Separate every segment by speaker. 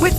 Speaker 1: With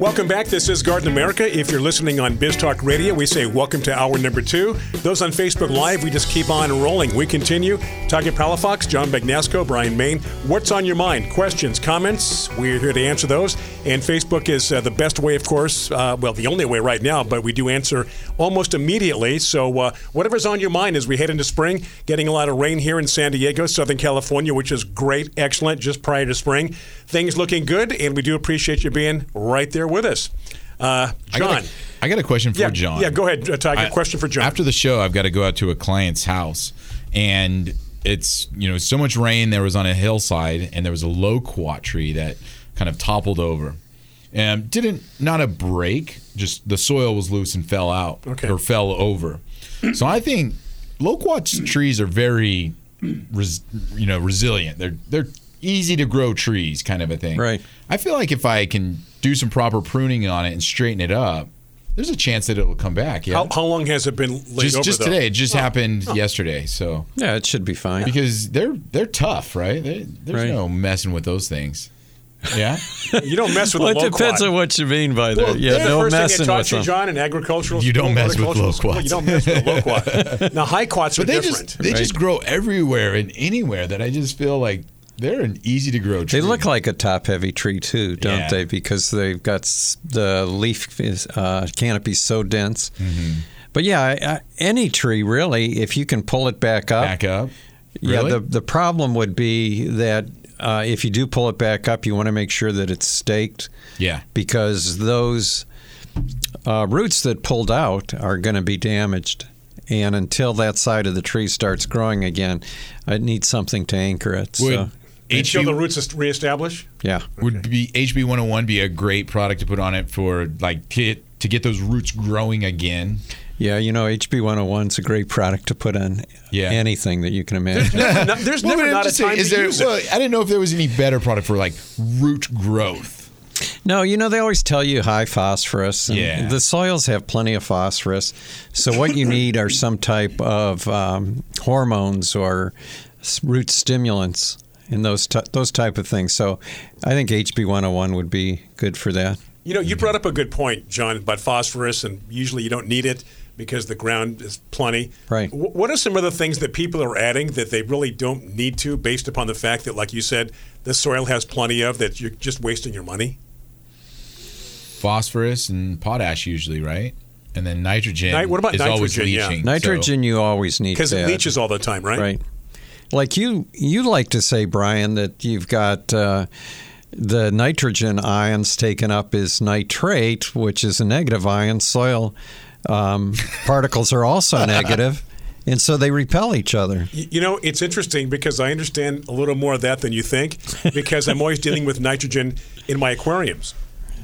Speaker 2: Welcome back. This is Garden America. If you're listening on Biz Talk Radio, we say welcome to hour number two. Those on Facebook Live, we just keep on rolling. We continue. Target Palafox, John Bagnasco, Brian Main. What's on your mind? Questions, comments? We're here to answer those. And Facebook is uh, the best way, of course. Uh, well, the only way right now, but we do answer almost immediately. So uh, whatever's on your mind as we head into spring, getting a lot of rain here in San Diego, Southern California, which is great, excellent, just prior to spring. Things looking good, and we do appreciate you being right there with us. Uh,
Speaker 3: I got
Speaker 2: John.
Speaker 3: a- I got a question for
Speaker 2: yeah,
Speaker 3: John.
Speaker 2: Yeah, go ahead, uh, Tiger.
Speaker 3: I-
Speaker 2: question for John.
Speaker 3: After the show, I've got to go out to a client's house, and it's you know so much rain. There was on a hillside, and there was a loquat tree that kind of toppled over, and didn't not a break. Just the soil was loose and fell out
Speaker 2: Okay.
Speaker 3: or fell over. So I think loquat trees are very, res, you know, resilient. They're they're easy to grow trees, kind of a thing.
Speaker 4: Right.
Speaker 3: I feel like if I can do some proper pruning on it and straighten it up, there's a chance that it will come back. Yeah.
Speaker 2: how, how long has it been laid
Speaker 3: just
Speaker 2: over?
Speaker 3: just
Speaker 2: though?
Speaker 3: today, it just happened yesterday. So
Speaker 4: Yeah, it should be fine.
Speaker 3: because they're they're tough, right? They, there's
Speaker 4: Right.
Speaker 3: no messing with those things. Yeah.
Speaker 2: You don't mess with
Speaker 4: Well,
Speaker 2: a
Speaker 4: it
Speaker 2: loquat.
Speaker 4: depends on what you mean by that.
Speaker 2: Well,
Speaker 4: yeah,
Speaker 2: that's the
Speaker 4: no
Speaker 2: first
Speaker 4: messing
Speaker 2: thing they
Speaker 4: with
Speaker 2: taught you,
Speaker 4: them.
Speaker 2: John, in agricultural
Speaker 3: You don't
Speaker 2: school,
Speaker 3: mess with
Speaker 2: horticultural school.
Speaker 3: loquats.
Speaker 2: You don't mess with a loquat. now, highquats are
Speaker 3: But they
Speaker 2: different.
Speaker 3: just they just grow everywhere and anywhere that I just feel like they're an easy to grow tree.
Speaker 4: They look like a top-heavy tree too, don't
Speaker 3: Yeah.
Speaker 4: they? Because they've got s- the leaf is, uh, canopy so dense. But yeah, I, I, any tree really, if you can pull it back up,
Speaker 3: back up.
Speaker 4: Yeah,
Speaker 3: Really?
Speaker 4: the, the problem would be that uh, if you do pull it back up, you want to make sure that it's staked.
Speaker 3: Yeah.
Speaker 4: Because those uh, roots that pulled out are going to be damaged. And until that side of the tree starts growing again, it needs something to anchor it.
Speaker 3: would
Speaker 4: so,
Speaker 2: Until
Speaker 3: HB
Speaker 2: the roots est- reestablish.
Speaker 4: yeah.
Speaker 3: would be HB 101 be a great product to put on it for like to, to get those roots growing again?
Speaker 4: Yeah, you know, HB 101 is a great product to put on
Speaker 3: Yeah.
Speaker 4: anything that you can imagine.
Speaker 2: No, there's
Speaker 3: Well,
Speaker 2: never
Speaker 3: but I'm
Speaker 2: not a
Speaker 3: just saying,
Speaker 2: time
Speaker 3: is
Speaker 2: to
Speaker 3: there-
Speaker 2: use
Speaker 3: well,
Speaker 2: it.
Speaker 3: I didn't know if there was any better product for like root growth.
Speaker 4: No, you know they always tell you high phosphorus. and
Speaker 3: Yeah.
Speaker 4: The soils have plenty of phosphorus, so what you need are some type of um, hormones or s- root stimulants and those t- those type of things. So, I think HB 101 would be good for that.
Speaker 2: You know, you brought up a good point, John, about phosphorus, and usually you don't need it because the ground is plenty.
Speaker 4: Right.
Speaker 2: Wh- what are some of the things that people are adding that they really don't need to, based upon the fact that, like you said, the soil has plenty of that you're just wasting your money?
Speaker 3: Phosphorus and potash usually, right? And then nitrogen.
Speaker 2: Ni- what about
Speaker 3: is always
Speaker 2: nitrogen? Yeah.
Speaker 3: leaching. so-
Speaker 4: Nitrogen you always need
Speaker 2: Because it
Speaker 4: that.
Speaker 2: leaches all the time, right?
Speaker 4: Right. Like you, you like to say, Brian, that you've got uh, the nitrogen ions taken up is nitrate, which is a negative ion. Soil um, particles are also negative, and so they repel each other.
Speaker 2: Y- You know, it's interesting because I understand a little more of that than you think because I'm always dealing with nitrogen in my aquariums.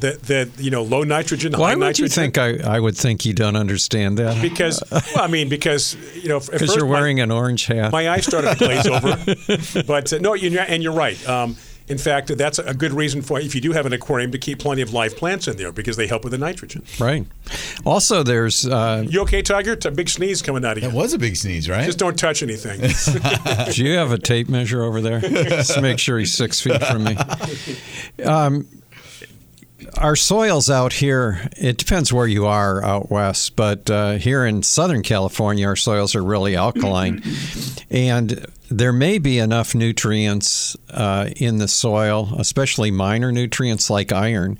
Speaker 2: That, that you know, low nitrogen,
Speaker 4: Why
Speaker 2: high
Speaker 4: would
Speaker 2: nitrogen.
Speaker 4: you think I, I would think you don't understand that?
Speaker 2: Because, well, I mean, because, you know, at
Speaker 4: Because
Speaker 2: first
Speaker 4: you're
Speaker 2: my-
Speaker 4: wearing an orange hat.
Speaker 2: my eyes started to glaze over. But uh, no, you and you're right. Um, in fact, that's a good reason for if you do have an aquarium to keep plenty of live plants in there because they help with the nitrogen.
Speaker 4: right. Also, there's uh,
Speaker 2: You okay, Tiger? T- big sneeze coming out of
Speaker 3: That
Speaker 2: you.
Speaker 3: was a big sneeze, right?
Speaker 2: Just don't touch anything.
Speaker 4: Do you have a tape measure over there? Just make sure he's six feet from me. Um, our soils out here, it depends where you are out west, but uh, here in Southern California, our soils are really alkaline. and there may be enough nutrients uh, in the soil, especially minor nutrients like iron,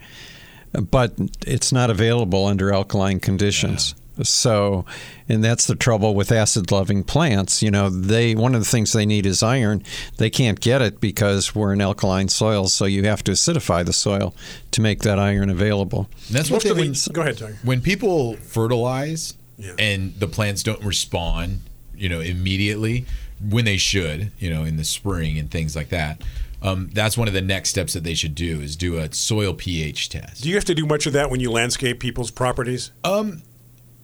Speaker 4: but it's not available under alkaline conditions. So, and that's the trouble with acid-loving plants. You know, they one of the things they need is iron. They can't get it because we're in alkaline soils. So you have to acidify the soil to make that iron available.
Speaker 3: That's what
Speaker 2: Most
Speaker 3: they
Speaker 2: of the-
Speaker 3: when,
Speaker 2: go ahead, Tiger.
Speaker 3: when people fertilize
Speaker 2: Yeah.
Speaker 3: and the plants don't respond, you know, immediately when they should, you know, in the spring and things like that. Um, that's one of the next steps that they should do is do a soil pH test.
Speaker 2: Do you have to do much of that when you landscape people's properties?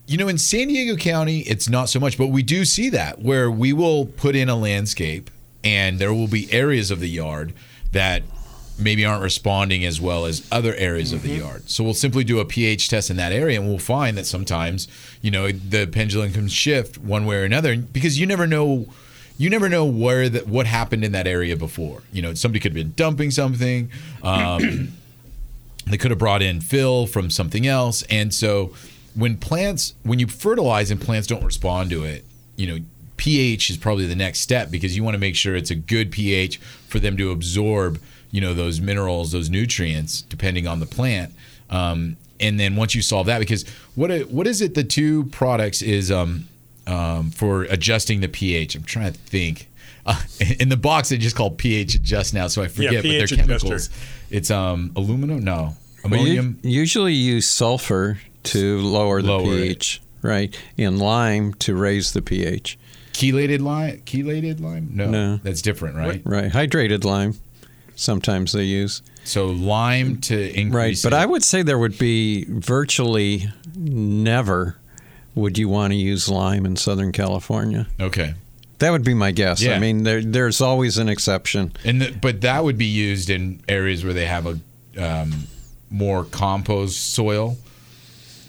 Speaker 3: You know, in San Diego County, it's not so much, but we do see that where we will put in a landscape and there will be areas of the yard that maybe aren't responding as well as other areas of the yard. So we'll simply do a pH test in that area and we'll find that sometimes, you know, the pendulum can shift one way or another because you never know you never know where that what happened in that area before. You know, somebody could have been dumping something. Um, they could have brought in fill from something else and so when plants when you fertilize and plants don't respond to it you know ph is probably the next step because you want to make sure it's a good ph for them to absorb you know those minerals those nutrients depending on the plant um, and then once you solve that because what it, what is it the two products is um, um, for adjusting the ph i'm trying to think uh, in the box they just called ph adjust now so i forget but they're
Speaker 2: pH adjuster.
Speaker 3: chemicals it's um aluminum, no
Speaker 4: Well, you
Speaker 3: ammonium.
Speaker 4: usually use sulfur to lower the
Speaker 3: Lower it.
Speaker 4: pH, right? And lime to raise the pH,
Speaker 3: chelated lime, chelated lime. No,
Speaker 4: No.
Speaker 3: that's different, right?
Speaker 4: right? Hydrated lime. Sometimes they use.
Speaker 3: So lime to
Speaker 4: Right,
Speaker 3: increase.
Speaker 4: but
Speaker 3: it.
Speaker 4: I would say there would be virtually never would you want to use lime in Southern California.
Speaker 3: okay,
Speaker 4: That would be my guess.
Speaker 3: Yeah.
Speaker 4: I mean, there, there's always an exception.
Speaker 3: and the, but that would be used in areas where they have a um, more compost soil.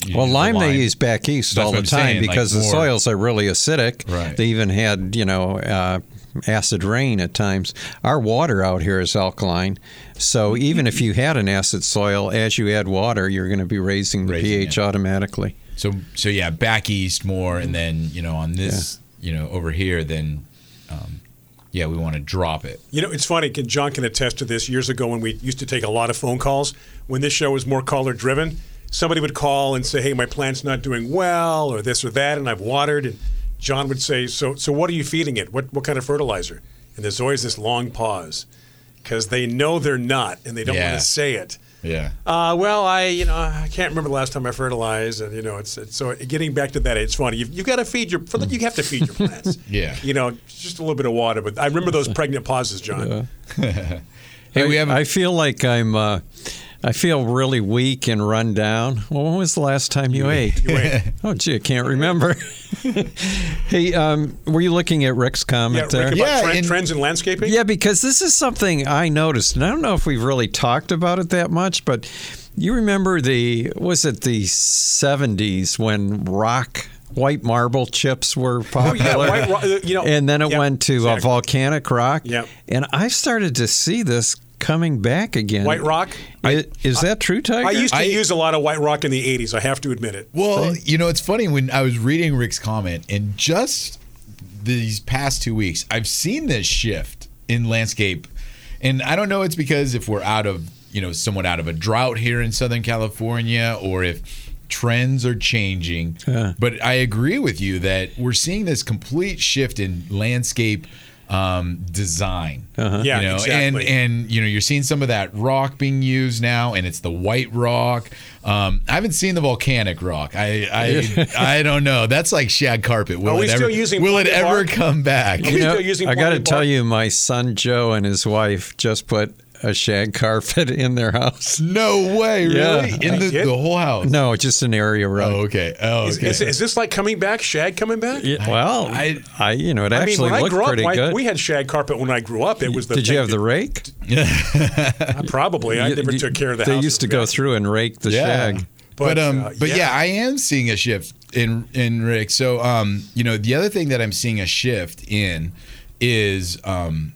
Speaker 3: You
Speaker 4: Well,
Speaker 3: use the
Speaker 4: lime, they use back east
Speaker 3: That's
Speaker 4: all
Speaker 3: what
Speaker 4: the
Speaker 3: I'm
Speaker 4: time
Speaker 3: saying, like
Speaker 4: because the
Speaker 3: more-
Speaker 4: soils are really acidic.
Speaker 3: Right.
Speaker 4: They even had, you know, uh, acid rain at times. Our water out here is alkaline. So even if you had an acid soil, as you add water, you're going to be raising the
Speaker 3: Raising
Speaker 4: pH
Speaker 3: it.
Speaker 4: automatically.
Speaker 3: So so yeah, back east more, and then you know on this you know over here then. Um, yeah, we want to drop it.
Speaker 2: You know, it's funny. can- John can attest to this. Years ago, when we used to take a lot of phone calls, when this show was more caller driven, somebody would call and say, "Hey, my plant's not doing well," or this or that, and I've watered. And John would say, "So, so what are you feeding it? What what kind of fertilizer?" And there's always this long pause because they know they're not, and they don't
Speaker 3: Yeah.
Speaker 2: want to say it.
Speaker 3: Yeah.
Speaker 2: Uh, well, I you know I can't remember the last time I fertilized, and you know it's, it's so getting back to that. It's funny. You've, you've got to feed your for the- you have to feed your plants.
Speaker 3: Yeah.
Speaker 2: you know just a little bit of water. But I remember those pregnant pauses, John.
Speaker 3: Hey, we have
Speaker 4: I feel like I'm. Uh, I feel really weak and run down. Well, when was the last time you ate?
Speaker 2: Wait.
Speaker 4: Oh, gee, I can't remember. hey, um, were you looking at Rick's
Speaker 2: yeah,
Speaker 4: comment
Speaker 2: Rick,
Speaker 4: there?
Speaker 2: about
Speaker 3: Yeah,
Speaker 2: tren-
Speaker 3: in-
Speaker 2: trends in landscaping.
Speaker 4: Yeah, because this is something I noticed, and I don't know if we've really talked about it that much, but you remember the was it the '70s when rock white marble chips were
Speaker 2: Oh, yeah,
Speaker 4: popular?
Speaker 2: white ro- you know,
Speaker 4: and then it
Speaker 2: yeah,
Speaker 4: went to uh,
Speaker 2: exactly.
Speaker 4: volcanic rock.
Speaker 2: Yep.
Speaker 4: And I started to see this coming back again.
Speaker 2: White rock?
Speaker 4: I- Is, that true, Tiger?
Speaker 2: I used to
Speaker 3: I-
Speaker 2: use a lot of white rock in the '80s. I have to admit it.
Speaker 3: Well, you know, it's funny when I was reading Rick's comment, and just these past two weeks, I've seen this shift in landscape, and I don't know. It's because if we're out of you know somewhat out of a drought here in Southern California, or if trends are changing. But I agree with you that we're seeing this complete shift in landscape um, design.
Speaker 2: Yeah,
Speaker 3: you know,
Speaker 2: exactly.
Speaker 3: and and you know you're seeing some of that rock being used now, and it's the white rock. Um, I haven't seen the volcanic rock. I I, I don't know. That's like shag carpet. Will
Speaker 2: Are we
Speaker 3: it ever,
Speaker 2: still using
Speaker 3: Will it
Speaker 2: pocket
Speaker 3: ever
Speaker 2: bark?
Speaker 3: come back?
Speaker 2: Are we still using
Speaker 4: I got to
Speaker 2: Portland
Speaker 4: tell
Speaker 2: bark?
Speaker 4: you, my son Joe and his wife just put a shag carpet in their house.
Speaker 3: No way,
Speaker 4: Yeah.
Speaker 3: really? In the,
Speaker 2: did?
Speaker 3: the whole house?
Speaker 4: No, just an area road.
Speaker 3: Oh, okay. Oh,
Speaker 2: Is,
Speaker 3: okay.
Speaker 2: is, is this like coming back? Shag coming back?
Speaker 4: Yeah, well,
Speaker 3: I-
Speaker 4: I, you know, it
Speaker 2: I mean,
Speaker 4: actually
Speaker 2: when I
Speaker 4: looked
Speaker 2: grew up,
Speaker 4: pretty
Speaker 2: why-
Speaker 4: good.
Speaker 2: we had shag carpet when I grew up. It was the
Speaker 4: Did
Speaker 2: thing
Speaker 4: you have
Speaker 2: that-
Speaker 4: the rake?
Speaker 2: probably. I
Speaker 4: You-
Speaker 2: never
Speaker 4: you-
Speaker 2: took care of the
Speaker 4: They
Speaker 2: house.
Speaker 4: used to go through and rake the shag.
Speaker 3: But,
Speaker 2: But,
Speaker 3: um,
Speaker 2: uh,
Speaker 3: but yeah.
Speaker 2: yeah,
Speaker 3: I am seeing a shift in in Rick. So um, you know, the other thing that I'm seeing a shift in is um,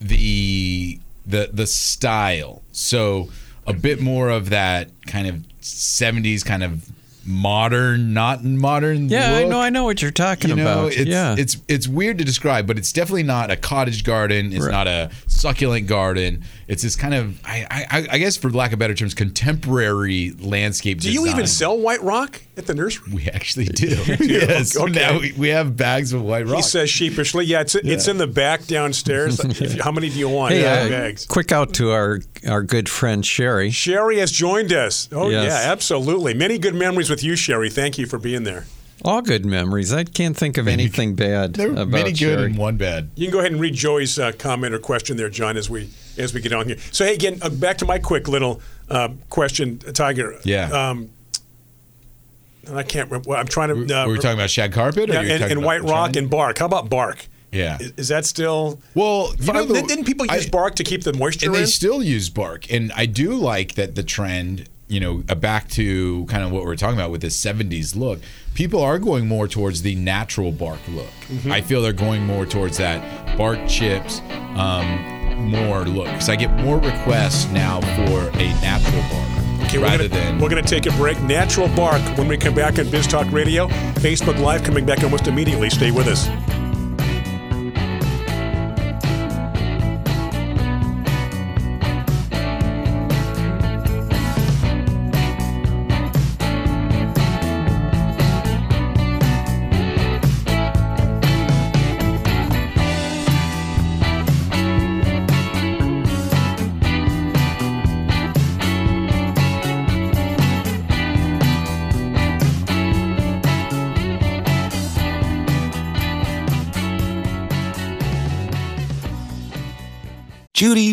Speaker 3: the the the style. So a bit more of that kind of 70s kind of modern, not modern.
Speaker 4: Yeah, I
Speaker 3: look.
Speaker 4: know, I know what you're talking
Speaker 3: You know,
Speaker 4: about.
Speaker 3: it's
Speaker 4: yeah,
Speaker 3: it's it's weird to describe, but it's definitely not a cottage garden. It's not a succulent garden. It's this kind of, I, I, I guess, for lack of better terms, contemporary landscape.
Speaker 2: Do you even
Speaker 3: design.
Speaker 2: sell white rock at the nursery?
Speaker 3: We actually do. yes.
Speaker 2: Okay.
Speaker 3: Now we, we have bags of white rock.
Speaker 2: He says sheepishly, "Yeah, it's it's in the back downstairs. If you- How many do you want?
Speaker 4: Hey,
Speaker 2: Yeah,
Speaker 4: uh,
Speaker 2: bags."
Speaker 4: quick out to our our good friend Sherry.
Speaker 2: Sherry has joined us. Oh
Speaker 4: Yes.
Speaker 2: yeah, absolutely. Many good memories with you, Sherry. Thank you for being there.
Speaker 4: All good memories. I can't think of anything bad
Speaker 3: there were
Speaker 4: about
Speaker 3: many good
Speaker 4: Sherry.
Speaker 3: and one bad.
Speaker 2: You can go ahead and read Joey's uh, comment or question there, John, as we as we get on here. So hey, again, uh, back to my quick little uh, question, Tiger.
Speaker 3: Yeah.
Speaker 2: Um, and I can't remember. I'm trying to. Uh,
Speaker 3: were we talking about shag carpet? Or
Speaker 2: yeah,
Speaker 3: you were
Speaker 2: and,
Speaker 3: talking
Speaker 2: and
Speaker 3: about
Speaker 2: White Rock
Speaker 3: China?
Speaker 2: and bark. How about bark?
Speaker 3: Yeah.
Speaker 2: Is, is that still?
Speaker 3: Well, you know,
Speaker 2: Fine,
Speaker 3: the-
Speaker 2: didn't- didn't people use
Speaker 3: I-
Speaker 2: bark to keep the moisture
Speaker 3: and
Speaker 2: in?
Speaker 3: they still use bark and i do like that the trend you know uh, back to kind of what we we're talking about with this 70s look people are going more towards the natural bark look
Speaker 2: Mm-hmm.
Speaker 3: i feel they're going more towards that bark chips um, more look because i get more requests now for a natural bark
Speaker 2: Okay,
Speaker 3: rather
Speaker 2: we're gonna,
Speaker 3: than
Speaker 2: we're gonna take a break. Natural bark when we come back on Biz Talk Radio, Facebook Live coming back almost immediately. Stay with us.
Speaker 5: Judy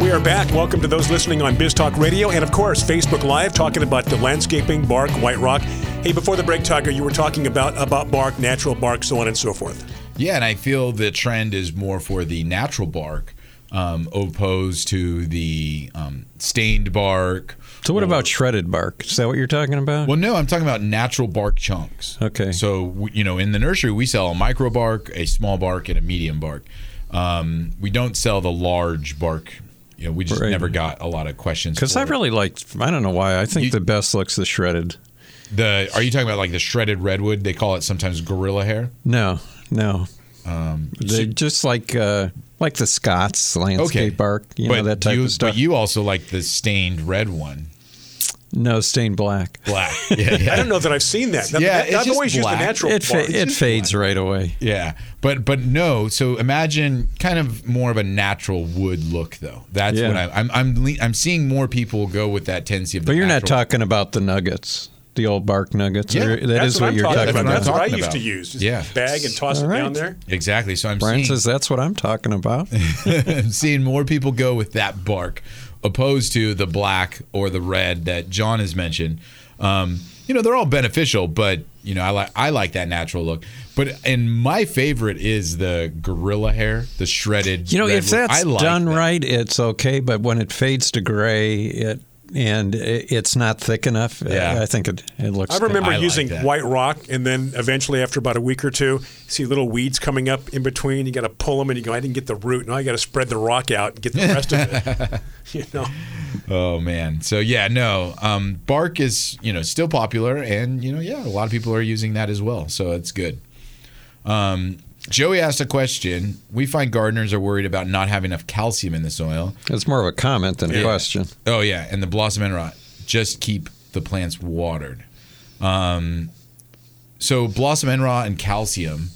Speaker 2: We are back. Welcome to those listening on Biz Talk Radio and, of course, Facebook Live, talking about the landscaping, bark, white rock. Hey, before the break, Tiger, you were talking about about bark, natural bark, so on and so forth.
Speaker 3: Yeah, and I feel the trend is more for the natural bark um, opposed to the um, stained bark.
Speaker 4: So what about shredded bark? Is that what you're talking about?
Speaker 3: Well, no, I'm talking about natural bark chunks.
Speaker 4: Okay.
Speaker 3: So w- you know, in the nursery, we sell a micro bark, a small bark, and a medium bark. Um, we don't sell the large bark. You know, we just
Speaker 4: Right.
Speaker 3: never got a lot of questions.
Speaker 4: Because I
Speaker 3: for it.
Speaker 4: really like. I don't know why. I think the best looks the shredded.
Speaker 3: the are you talking about like the shredded redwood? They call it sometimes gorilla hair.
Speaker 4: No, no.
Speaker 3: Um,
Speaker 4: They're just like uh, like the Scots landscape bark, you know that type
Speaker 3: you,
Speaker 4: of stuff.
Speaker 3: But you also like the stained red one,
Speaker 4: no, stained black.
Speaker 3: black. Yeah, yeah.
Speaker 2: I don't know that I've seen that. That-
Speaker 3: Yeah,
Speaker 2: that-
Speaker 3: it's
Speaker 2: I've
Speaker 3: just
Speaker 2: always used
Speaker 3: black.
Speaker 2: the natural
Speaker 4: It fa-
Speaker 2: bark.
Speaker 4: it fades right away.
Speaker 3: Yeah, but but no. So imagine kind of more of a natural wood look, though. That's
Speaker 4: Yeah.
Speaker 3: what I, I'm I'm le- I'm seeing more people go with that tendency of. The
Speaker 4: But you're not
Speaker 3: natural-
Speaker 4: talking about the nuggets, the old bark nuggets.
Speaker 3: Yeah,
Speaker 4: Or- that
Speaker 2: that's
Speaker 4: is
Speaker 2: what,
Speaker 4: what
Speaker 2: I'm
Speaker 4: you're
Speaker 2: talking
Speaker 4: talking
Speaker 2: about.
Speaker 4: about.
Speaker 2: That's what I
Speaker 3: Talking
Speaker 2: used to
Speaker 3: about.
Speaker 2: use. Just
Speaker 3: Yeah.
Speaker 2: Bag and toss
Speaker 4: All
Speaker 2: it down
Speaker 4: right.
Speaker 2: there.
Speaker 3: Exactly. So I'm
Speaker 4: Brian
Speaker 3: seeing,
Speaker 4: says that's what I'm talking about.
Speaker 3: I'm seeing more people go with that bark opposed to the black or the red that John has mentioned. Um, you know, they're all beneficial, but you know, I like I like that natural look. But and my favorite is the gorilla hair, the shredded.
Speaker 4: You know, if
Speaker 3: redwood.
Speaker 4: that's
Speaker 3: I like
Speaker 4: done
Speaker 3: that.
Speaker 4: right, it's okay. But when it fades to gray, it and it, it's not thick enough.
Speaker 3: Yeah.
Speaker 4: I, I think it it looks.
Speaker 2: I remember
Speaker 3: I like
Speaker 2: using
Speaker 3: that.
Speaker 2: white rock, and then eventually, after about a week or two, see little weeds coming up in between. You got to pull them, and you go, "I didn't get the root. Now I got to spread the rock out and get the rest of it." You know,
Speaker 3: Oh man. So yeah, no. Um, bark is you know still popular, and you know yeah, a lot of people are using that as well. So it's good. Um, Joey asked a question. We find gardeners are worried about not having enough calcium in the soil.
Speaker 4: It's more of a comment than a question.
Speaker 3: Oh yeah, and the blossom end rot. Just keep the plants watered. Um, so blossom end rot and calcium.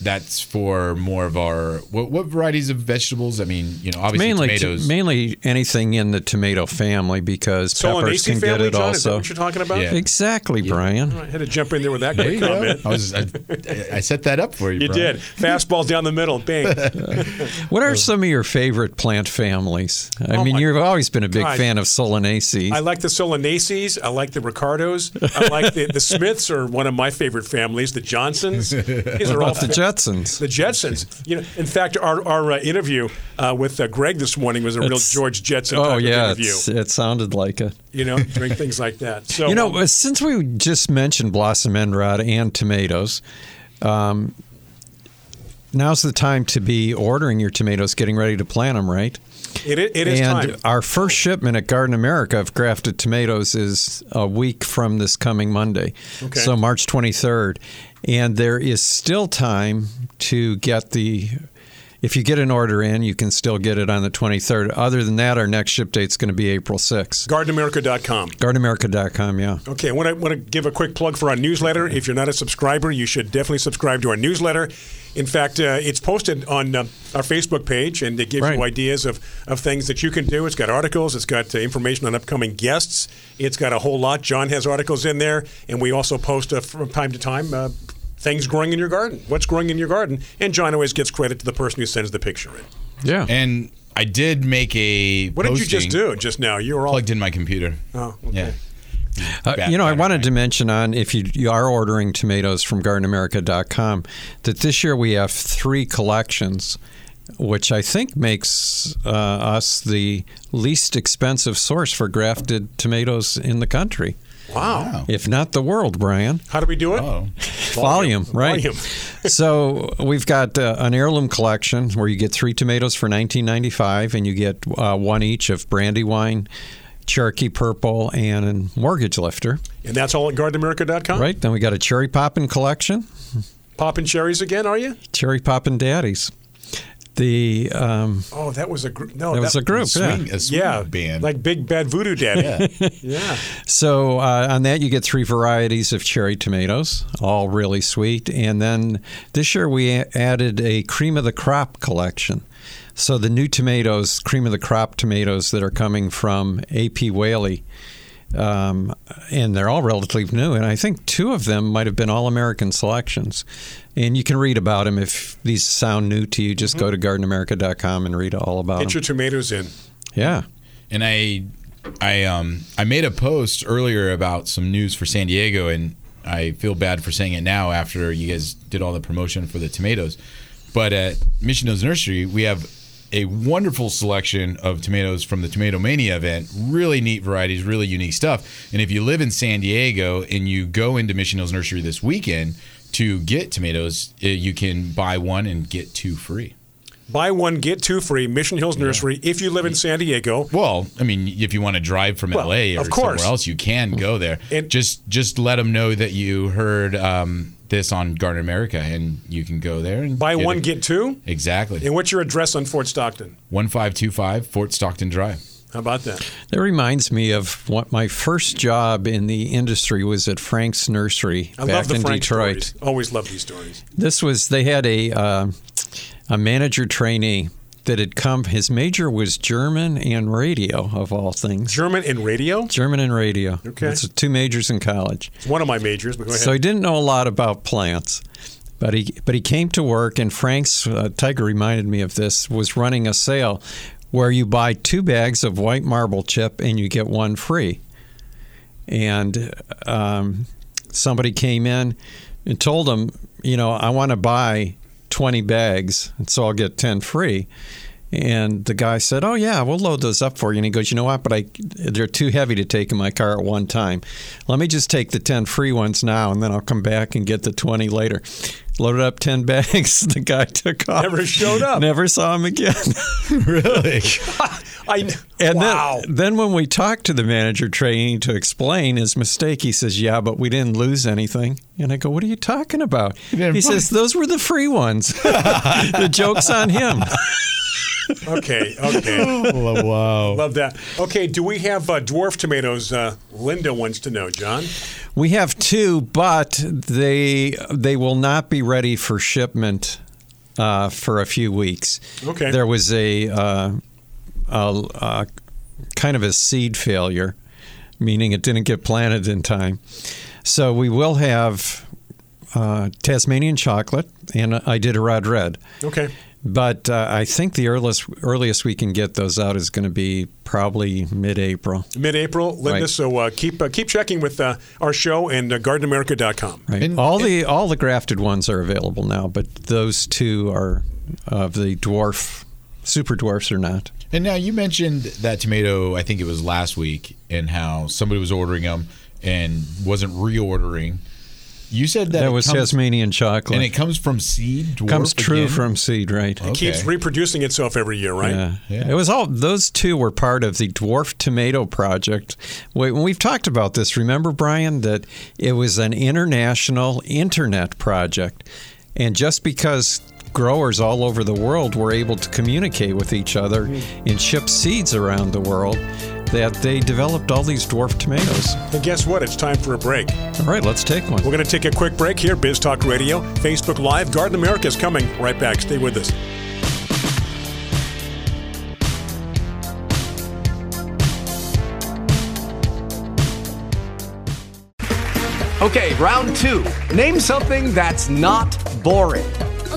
Speaker 3: That's for more of our what, what varieties of vegetables? I mean, you know, obviously
Speaker 4: Mainly,
Speaker 3: tomatoes.
Speaker 4: mainly anything in the tomato family because
Speaker 2: So on
Speaker 4: peppers
Speaker 2: AC
Speaker 4: can get
Speaker 2: Family,
Speaker 4: it
Speaker 2: John, is that
Speaker 4: also.
Speaker 2: what you're talking about?
Speaker 3: Yeah.
Speaker 4: Exactly, Brian.
Speaker 2: I had to jump in there with that quick
Speaker 3: Yeah.
Speaker 2: comment.
Speaker 3: I was I, I set that up for you.
Speaker 2: You
Speaker 3: Brian.
Speaker 2: did. Fastball down the middle. Bang.
Speaker 4: What are some of your favorite plant families? I mean,
Speaker 2: Oh my
Speaker 4: you've always been a big
Speaker 2: God.
Speaker 4: fan of Solanaceae.
Speaker 2: I like the Solanaces. I like the Ricardos. I like the, the Smiths are one of my favorite families. The Johnsons. These are all
Speaker 4: About the
Speaker 2: fa-
Speaker 4: Jetsons.
Speaker 2: The Jetsons. You know, in fact, our, our uh, interview uh, with uh, Greg this morning was a real
Speaker 4: It's-
Speaker 2: George Jetson type
Speaker 4: oh
Speaker 2: of
Speaker 4: yeah,
Speaker 2: interview.
Speaker 4: it's- it sounded like it.
Speaker 2: You know, doing things like that. So
Speaker 4: You know,
Speaker 2: um,
Speaker 4: uh, since we just mentioned blossom end rot and tomatoes, um, now's the time to be ordering your tomatoes, getting ready to plant them, right?
Speaker 2: it, i- it is
Speaker 4: and
Speaker 2: time.
Speaker 4: our first shipment at Garden America of grafted tomatoes is a week from this coming Monday,
Speaker 2: Okay.
Speaker 4: so March 23rd. And there is still time to get the. If you get an order in, you can still get it on the 23rd. Other than that, our next ship date's going to be April 6th.
Speaker 2: GardenAmerica.com.
Speaker 4: GardenAmerica.com, yeah.
Speaker 2: Okay, I want to want to give a quick plug for our newsletter. If you're not a subscriber, you should definitely subscribe to our newsletter. In fact, uh, it's posted on uh, our Facebook page, and it gives
Speaker 4: Right.
Speaker 2: you ideas of, of things that you can do. It's got articles, it's got uh, information on upcoming guests, it's got a whole lot. John has articles in there, and we also post uh, from time to time uh, things growing in your garden. What's growing in your garden? And John always gets credit to the person who sends the picture in.
Speaker 4: Yeah.
Speaker 3: And I did make a.
Speaker 2: What did you just
Speaker 3: posting.
Speaker 2: do just now? You were all
Speaker 3: Plugged in my computer.
Speaker 2: Oh, okay.
Speaker 3: Yeah.
Speaker 4: Uh,
Speaker 3: Bat-
Speaker 4: you know, I
Speaker 3: batter
Speaker 4: wanted
Speaker 3: knife.
Speaker 4: to mention on if you, you are ordering tomatoes from gardenamerica.com that this year we have three collections, which I think makes uh, us the least expensive source for grafted tomatoes in the country,
Speaker 2: wow.
Speaker 4: if not the world, Brian.
Speaker 2: How do we do it?
Speaker 3: Oh.
Speaker 4: Volume, right?
Speaker 2: Volume.
Speaker 4: so we've got uh, an heirloom collection where you get three tomatoes for 19.95, and you get uh, one each of brandywine, Cherokee purple, and mortgage lifter.
Speaker 2: And that's all at gardenamerica.com.
Speaker 4: Right. Then we got a cherry poppin' collection,
Speaker 2: Popping cherries again, are you?
Speaker 4: cherry poppin' daddies. The um,
Speaker 2: Oh, that was a group. No,
Speaker 4: that was a group. yeah.
Speaker 3: Swing, a swing
Speaker 2: Yeah,
Speaker 3: band.
Speaker 2: like Big Bad Voodoo Daddy. Yeah,
Speaker 4: So uh, on that, you get three varieties of cherry tomatoes, all really sweet. And then this year we a- added a cream of the crop collection. So the new tomatoes, cream of the crop tomatoes that are coming from AP Whaley. Um, and they're all relatively new, and I think two of them might have been all American selections. And you can read about them if these sound new to you. Just go to gardenamerica.com and read all about
Speaker 2: get
Speaker 4: them.
Speaker 2: your tomatoes in.
Speaker 4: yeah,
Speaker 3: and I, I um, I made a post earlier about some news for San Diego, and I feel bad for saying it now after you guys did all the promotion for the tomatoes. But at Mission Hills Nursery, we have a wonderful selection of tomatoes from the Tomato Mania event. Really neat varieties, really unique stuff. And if you live in San Diego and you go into Mission Hills Nursery this weekend to get tomatoes, eh, you can buy one and get two free.
Speaker 2: Buy one, get two free. Mission Hills Nursery. If you live in San Diego,
Speaker 3: Well, I mean, if you want to drive from
Speaker 2: Well,
Speaker 3: LA or
Speaker 2: of course.
Speaker 3: somewhere else, you can go there.
Speaker 2: And-
Speaker 3: just just let them know that you heard um, this on Garden America, and you can go there and
Speaker 2: buy one,
Speaker 3: a-
Speaker 2: get two.
Speaker 3: exactly
Speaker 2: And what's your address on Fort Stockton?
Speaker 3: one five two five Fort Stockton Drive.
Speaker 2: How about that?
Speaker 4: That reminds me of what my first job in the industry was at Frank's Nursery
Speaker 2: I
Speaker 4: back
Speaker 2: love the
Speaker 4: in
Speaker 2: Frank
Speaker 4: Detroit.
Speaker 2: stories. Always love these stories.
Speaker 4: This was they had a uh, a manager trainee that had come. His major was German and radio, of all things.
Speaker 2: German and radio.
Speaker 4: German and radio.
Speaker 2: Okay.
Speaker 4: it's two majors in college.
Speaker 2: It's one of my majors. But go ahead.
Speaker 4: So he didn't know a lot about plants, but he but he came to work. And Frank's uh, Tiger reminded me of this was running a sale where you buy two bags of white marble chip and you get one free. And um, somebody came in and told him, you know, I want to buy twenty bags, and so I'll get ten free. And the guy said, "Oh yeah, we'll load those up for you." And he goes, "You know what? But I, they're too heavy to take in my car at one time. Let me just take the ten free ones now, and then I'll come back and get the twenty later." Loaded up ten bags. The guy took off.
Speaker 2: Never showed up.
Speaker 4: Never saw him again.
Speaker 3: Really?
Speaker 2: I kn-
Speaker 4: And
Speaker 2: wow.
Speaker 4: then, then when we talked to the manager trainee to explain his mistake, he says, "Yeah, but we didn't lose anything." And I go, "What are you talking about?"
Speaker 3: didn't
Speaker 4: He says, "Those were the free ones." the joke's on him.
Speaker 2: okay, okay.
Speaker 3: wow.
Speaker 2: Love that. Okay, do we have uh, dwarf tomatoes? Uh, Linda wants to know, John.
Speaker 4: We have two, but they they will not be ready for shipment uh, for a few weeks.
Speaker 2: Okay.
Speaker 4: There was a, uh, a, a kind of a seed failure, meaning it didn't get planted in time. So we will have uh, Tasmanian chocolate and Iditarod Red.
Speaker 2: Okay.
Speaker 4: But uh, I think the earliest earliest we can get those out is going to be probably mid-April.
Speaker 2: Mid-April, Linda.
Speaker 4: Right.
Speaker 2: So uh, keep uh, keep checking with uh, our show and uh, gardenamerica.com.
Speaker 4: Right.
Speaker 3: And-
Speaker 4: all the all the grafted ones are available now, but those two are of the dwarf super dwarfs are not.
Speaker 3: And now you mentioned that tomato, I think it was last week, and how somebody was ordering them and wasn't reordering. You said that,
Speaker 4: That
Speaker 3: it
Speaker 4: was
Speaker 3: comes-
Speaker 4: Tasmanian chocolate.
Speaker 3: And it comes from seed. Dwarf
Speaker 4: comes true
Speaker 3: again?
Speaker 4: from seed, right?
Speaker 3: Okay.
Speaker 2: Keeps reproducing itself every year, right?
Speaker 4: Yeah.
Speaker 3: Yeah.
Speaker 4: It was all those two were part of the dwarf tomato project. Wait, when we've talked about this, remember Brian that it was an international internet project. And just because growers all over the world were able to communicate with each other
Speaker 3: Mm-hmm.
Speaker 4: and ship seeds around the world, that they developed all these dwarf tomatoes.
Speaker 2: And guess what? It's time for a break.
Speaker 4: All right, let's take one.
Speaker 2: We're going to take a quick break here. Biz Talk Radio, Facebook Live, Garden America is coming right back. Stay with us.
Speaker 6: Okay, round two. Name something that's not boring.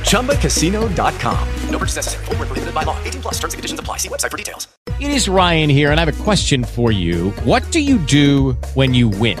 Speaker 6: ChumbaCasino.com. No purchase necessary. Void where prohibited by law. 18 plus terms and conditions apply. See website for details.
Speaker 7: It is Ryan here, and I have a question for you. What do you do when you win?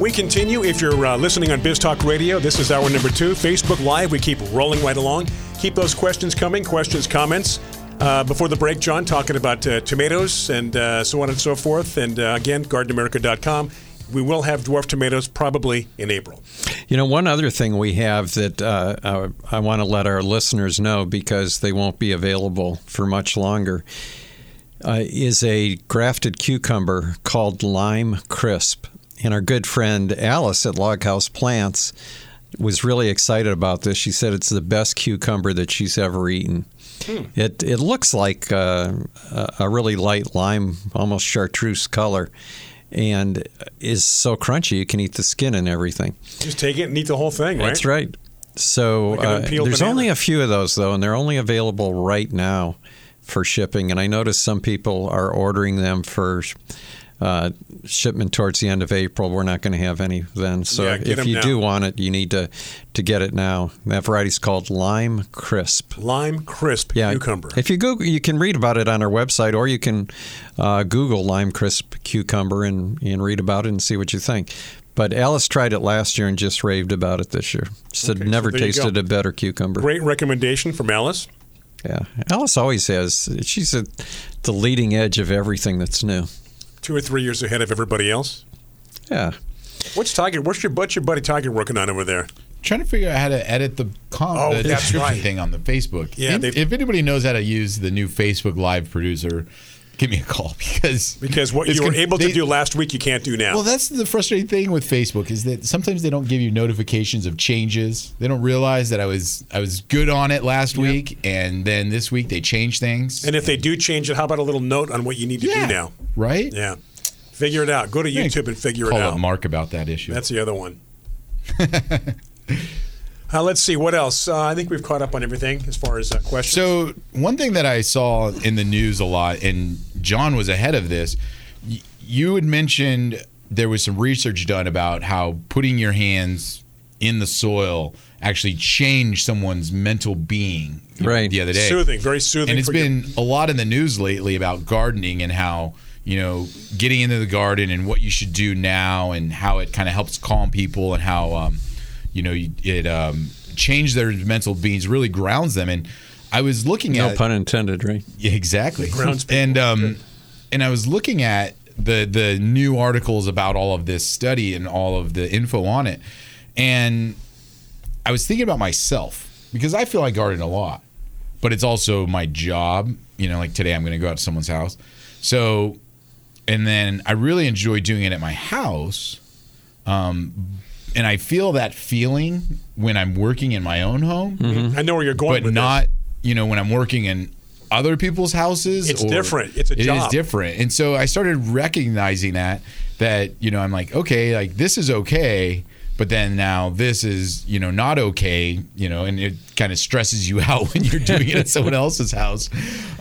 Speaker 2: We continue. If you're uh, listening on Biz Talk Radio, this is hour number two. Facebook Live, we keep rolling right along. Keep those questions coming, questions, comments. Uh, before the break, John talking about uh, tomatoes and uh, so on and so forth. And uh, again, gardenamerica.com. We will have dwarf tomatoes probably in April.
Speaker 4: You know, one other thing we have that uh, uh, I want to let our listeners know because they won't be available for much longer uh, is a grafted cucumber called Lime Crisp. And our good friend Alice at Log House Plants was really excited about this. She said it's the best cucumber that she's ever eaten. It it looks like uh, a a really light lime, almost chartreuse color, and is so crunchy you can eat the skin and everything.
Speaker 2: Just take it and eat the whole thing, right?
Speaker 4: That's right. So
Speaker 2: Like an
Speaker 4: uh,
Speaker 2: unpeeled
Speaker 4: there's
Speaker 2: banana.
Speaker 4: only a few of those though, and they're only available right now for shipping. And I notice some people are ordering them for uh, shipment towards the end of April. We're not going to have any then. So
Speaker 2: Yeah, get
Speaker 4: if
Speaker 2: 'em
Speaker 4: you
Speaker 2: now.
Speaker 4: do want it, you need to to get it now. That variety's called Lime Crisp.
Speaker 2: Lime crisp cucumber.
Speaker 4: If you Google, you can read about it on our website, or you can uh, Google lime crisp cucumber and, and read about it and see what you think. But Alice tried it last year and just raved about it this year. Said
Speaker 2: Okay, so
Speaker 4: never
Speaker 2: there you
Speaker 4: tasted
Speaker 2: go.
Speaker 4: a better cucumber.
Speaker 2: Great recommendation from Alice.
Speaker 4: Yeah, Alice always has. She's at the leading edge of everything that's new.
Speaker 2: Two or three years ahead of everybody else.
Speaker 4: Yeah,
Speaker 2: What's Tiger? What's your what's your buddy Tiger working on over there?
Speaker 3: Trying to figure out how to edit the com-
Speaker 2: Oh,
Speaker 3: the
Speaker 2: that's
Speaker 3: description
Speaker 2: right.
Speaker 3: thing on the Facebook.
Speaker 2: Yeah,
Speaker 3: If-
Speaker 2: they've-
Speaker 3: if anybody knows how to use the new Facebook Live producer, give me a call because
Speaker 2: because what
Speaker 3: it's
Speaker 2: you were
Speaker 3: gonna-
Speaker 2: able to
Speaker 3: they-
Speaker 2: do last week, you can't do now.
Speaker 3: Well, that's the frustrating thing with Facebook is that sometimes they don't give you notifications of changes. They don't realize that I was I was good on it last week, and then this week they change things.
Speaker 2: and if they do change it, how about a little note on what you need to
Speaker 3: Yeah.
Speaker 2: do now?
Speaker 3: Right?
Speaker 2: Yeah. Figure it out. Go to
Speaker 3: Yeah,
Speaker 2: YouTube and figure
Speaker 3: Call
Speaker 2: it
Speaker 3: up
Speaker 2: out.
Speaker 3: Mark about that issue.
Speaker 2: That's the other one. uh, let's see what else. Uh, I think we've caught up on everything as far as uh, questions.
Speaker 3: So one thing that I saw in the news a lot, and John was ahead of this. y- You had mentioned there was some research done about how putting your hands in the soil actually changed someone's mental being.
Speaker 4: Right.
Speaker 3: The other day,
Speaker 2: Soothing, very soothing
Speaker 3: And it's
Speaker 2: for your-
Speaker 3: been a lot in the news lately about gardening and how you know getting into the garden and what you should do now and how it kind of helps calm people and how um, you know you- it um, changed their mental beings, really grounds them. And I was looking
Speaker 4: No
Speaker 3: at
Speaker 4: pun intended, right?
Speaker 3: yeah, exactly.
Speaker 2: grounds people.
Speaker 3: and um, and I was looking at the the new articles about all of this study and all of the info on it, and I was thinking about myself because I feel I garden a lot, but it's also my job. You know, like today I'm going to go out to someone's house, so and then I really enjoy doing it at my house. Um, and I feel that feeling when I'm working in my own home
Speaker 2: I know where you're going,
Speaker 3: but
Speaker 2: with
Speaker 3: not you know when I'm working in other people's houses.
Speaker 2: It's different. It's a
Speaker 3: It is
Speaker 2: job.
Speaker 3: different, and so I started recognizing that that you know I'm like okay, like this is okay, but then now this is you know not okay, you know, and it kind of stresses you out when you're doing it at someone else's house.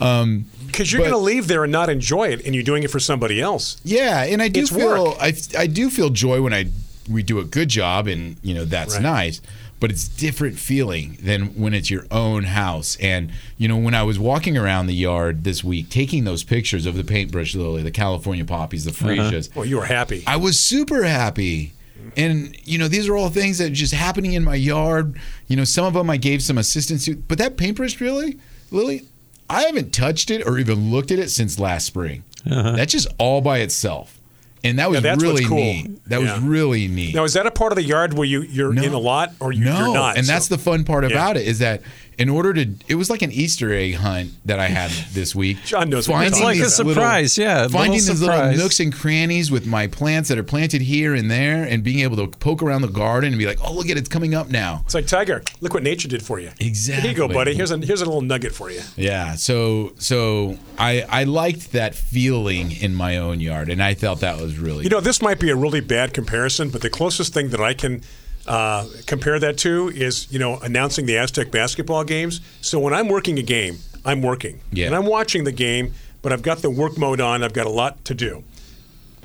Speaker 3: Um,
Speaker 2: because you're
Speaker 3: but-
Speaker 2: going to leave there and not enjoy it, and you're doing it for somebody else.
Speaker 3: yeah, and I do
Speaker 2: It's
Speaker 3: feel
Speaker 2: work.
Speaker 3: I, I do feel joy when I we do a good job, and you know that's
Speaker 2: Right.
Speaker 3: nice. But it's different feeling than when it's your own house. And you know, when I was walking around the yard this week, taking those pictures of the paintbrush lily, the California poppies, the
Speaker 2: Uh-huh.
Speaker 3: freesias,
Speaker 2: Well, you are happy.
Speaker 3: I was super happy. And you know, these are all things that are just happening in my yard. You know, some of them I gave some assistance to, but that paintbrush really, Lily, I haven't touched it or even looked at it since last spring.
Speaker 4: Uh-huh.
Speaker 3: That's just all by itself. And that was
Speaker 2: that's what's
Speaker 3: really
Speaker 2: cool.
Speaker 3: neat. That
Speaker 2: Yeah.
Speaker 3: was really neat.
Speaker 2: Now, is that a part of the yard where you, you're in a lot or you,
Speaker 3: no,
Speaker 2: you're not?
Speaker 3: and
Speaker 2: So-
Speaker 3: that's the fun part
Speaker 2: Yeah.
Speaker 3: about it is that in order to, it was like an Easter egg hunt that I had this week.
Speaker 2: John knows what you're
Speaker 3: Finding
Speaker 2: talking
Speaker 4: like a
Speaker 2: about.
Speaker 3: these little-
Speaker 4: surprise, yeah, a little
Speaker 3: finding these
Speaker 4: surprise.
Speaker 3: little nooks and crannies with my plants that are planted here and there, and being able to poke around the garden and be like, "Oh, look at it, it's coming up now."
Speaker 2: It's like Tiger. Look what nature did for you. Here you go,
Speaker 3: Exactly.
Speaker 2: buddy. Here's a here's a little nugget for you.
Speaker 3: Yeah. So, so I I liked that feeling in my own yard, and I thought that was really
Speaker 2: You know, this might be a really bad comparison, but the closest thing that I can uh, compare that to is, you know, announcing the Aztec basketball games. So when I'm working a game, I'm working.
Speaker 3: Yeah.
Speaker 2: And I'm watching the game, but I've got the work mode on. I've got a lot to do.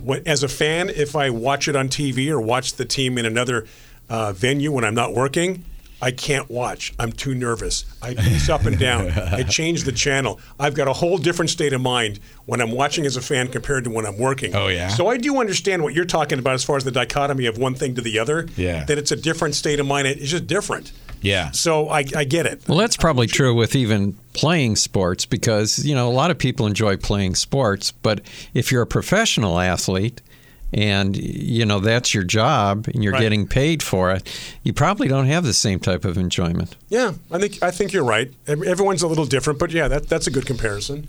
Speaker 2: What, as a fan, if I watch it on TV or watch the team in another uh, venue when I'm not working, I can't watch. I'm too nervous. I pace up and down. I change the channel. I've got a whole different state of mind when I'm watching as a fan compared to when I'm working.
Speaker 3: Oh, yeah?
Speaker 2: So I do understand what you're talking about as far as the dichotomy of one thing to the other.
Speaker 3: Yeah.
Speaker 2: That it's a different state of mind. It's just different.
Speaker 3: yeah.
Speaker 2: So I, I get it.
Speaker 4: Well, that's probably true with even playing sports because, you know, a lot of people enjoy playing sports, but if you're a professional athlete and, you know, that's your job and you're
Speaker 2: Right.
Speaker 4: getting paid for it, you probably don't have the same type of enjoyment.
Speaker 2: Yeah, I think I think you're right. Ev- Everyone's a little different, but yeah, that, that's a good comparison.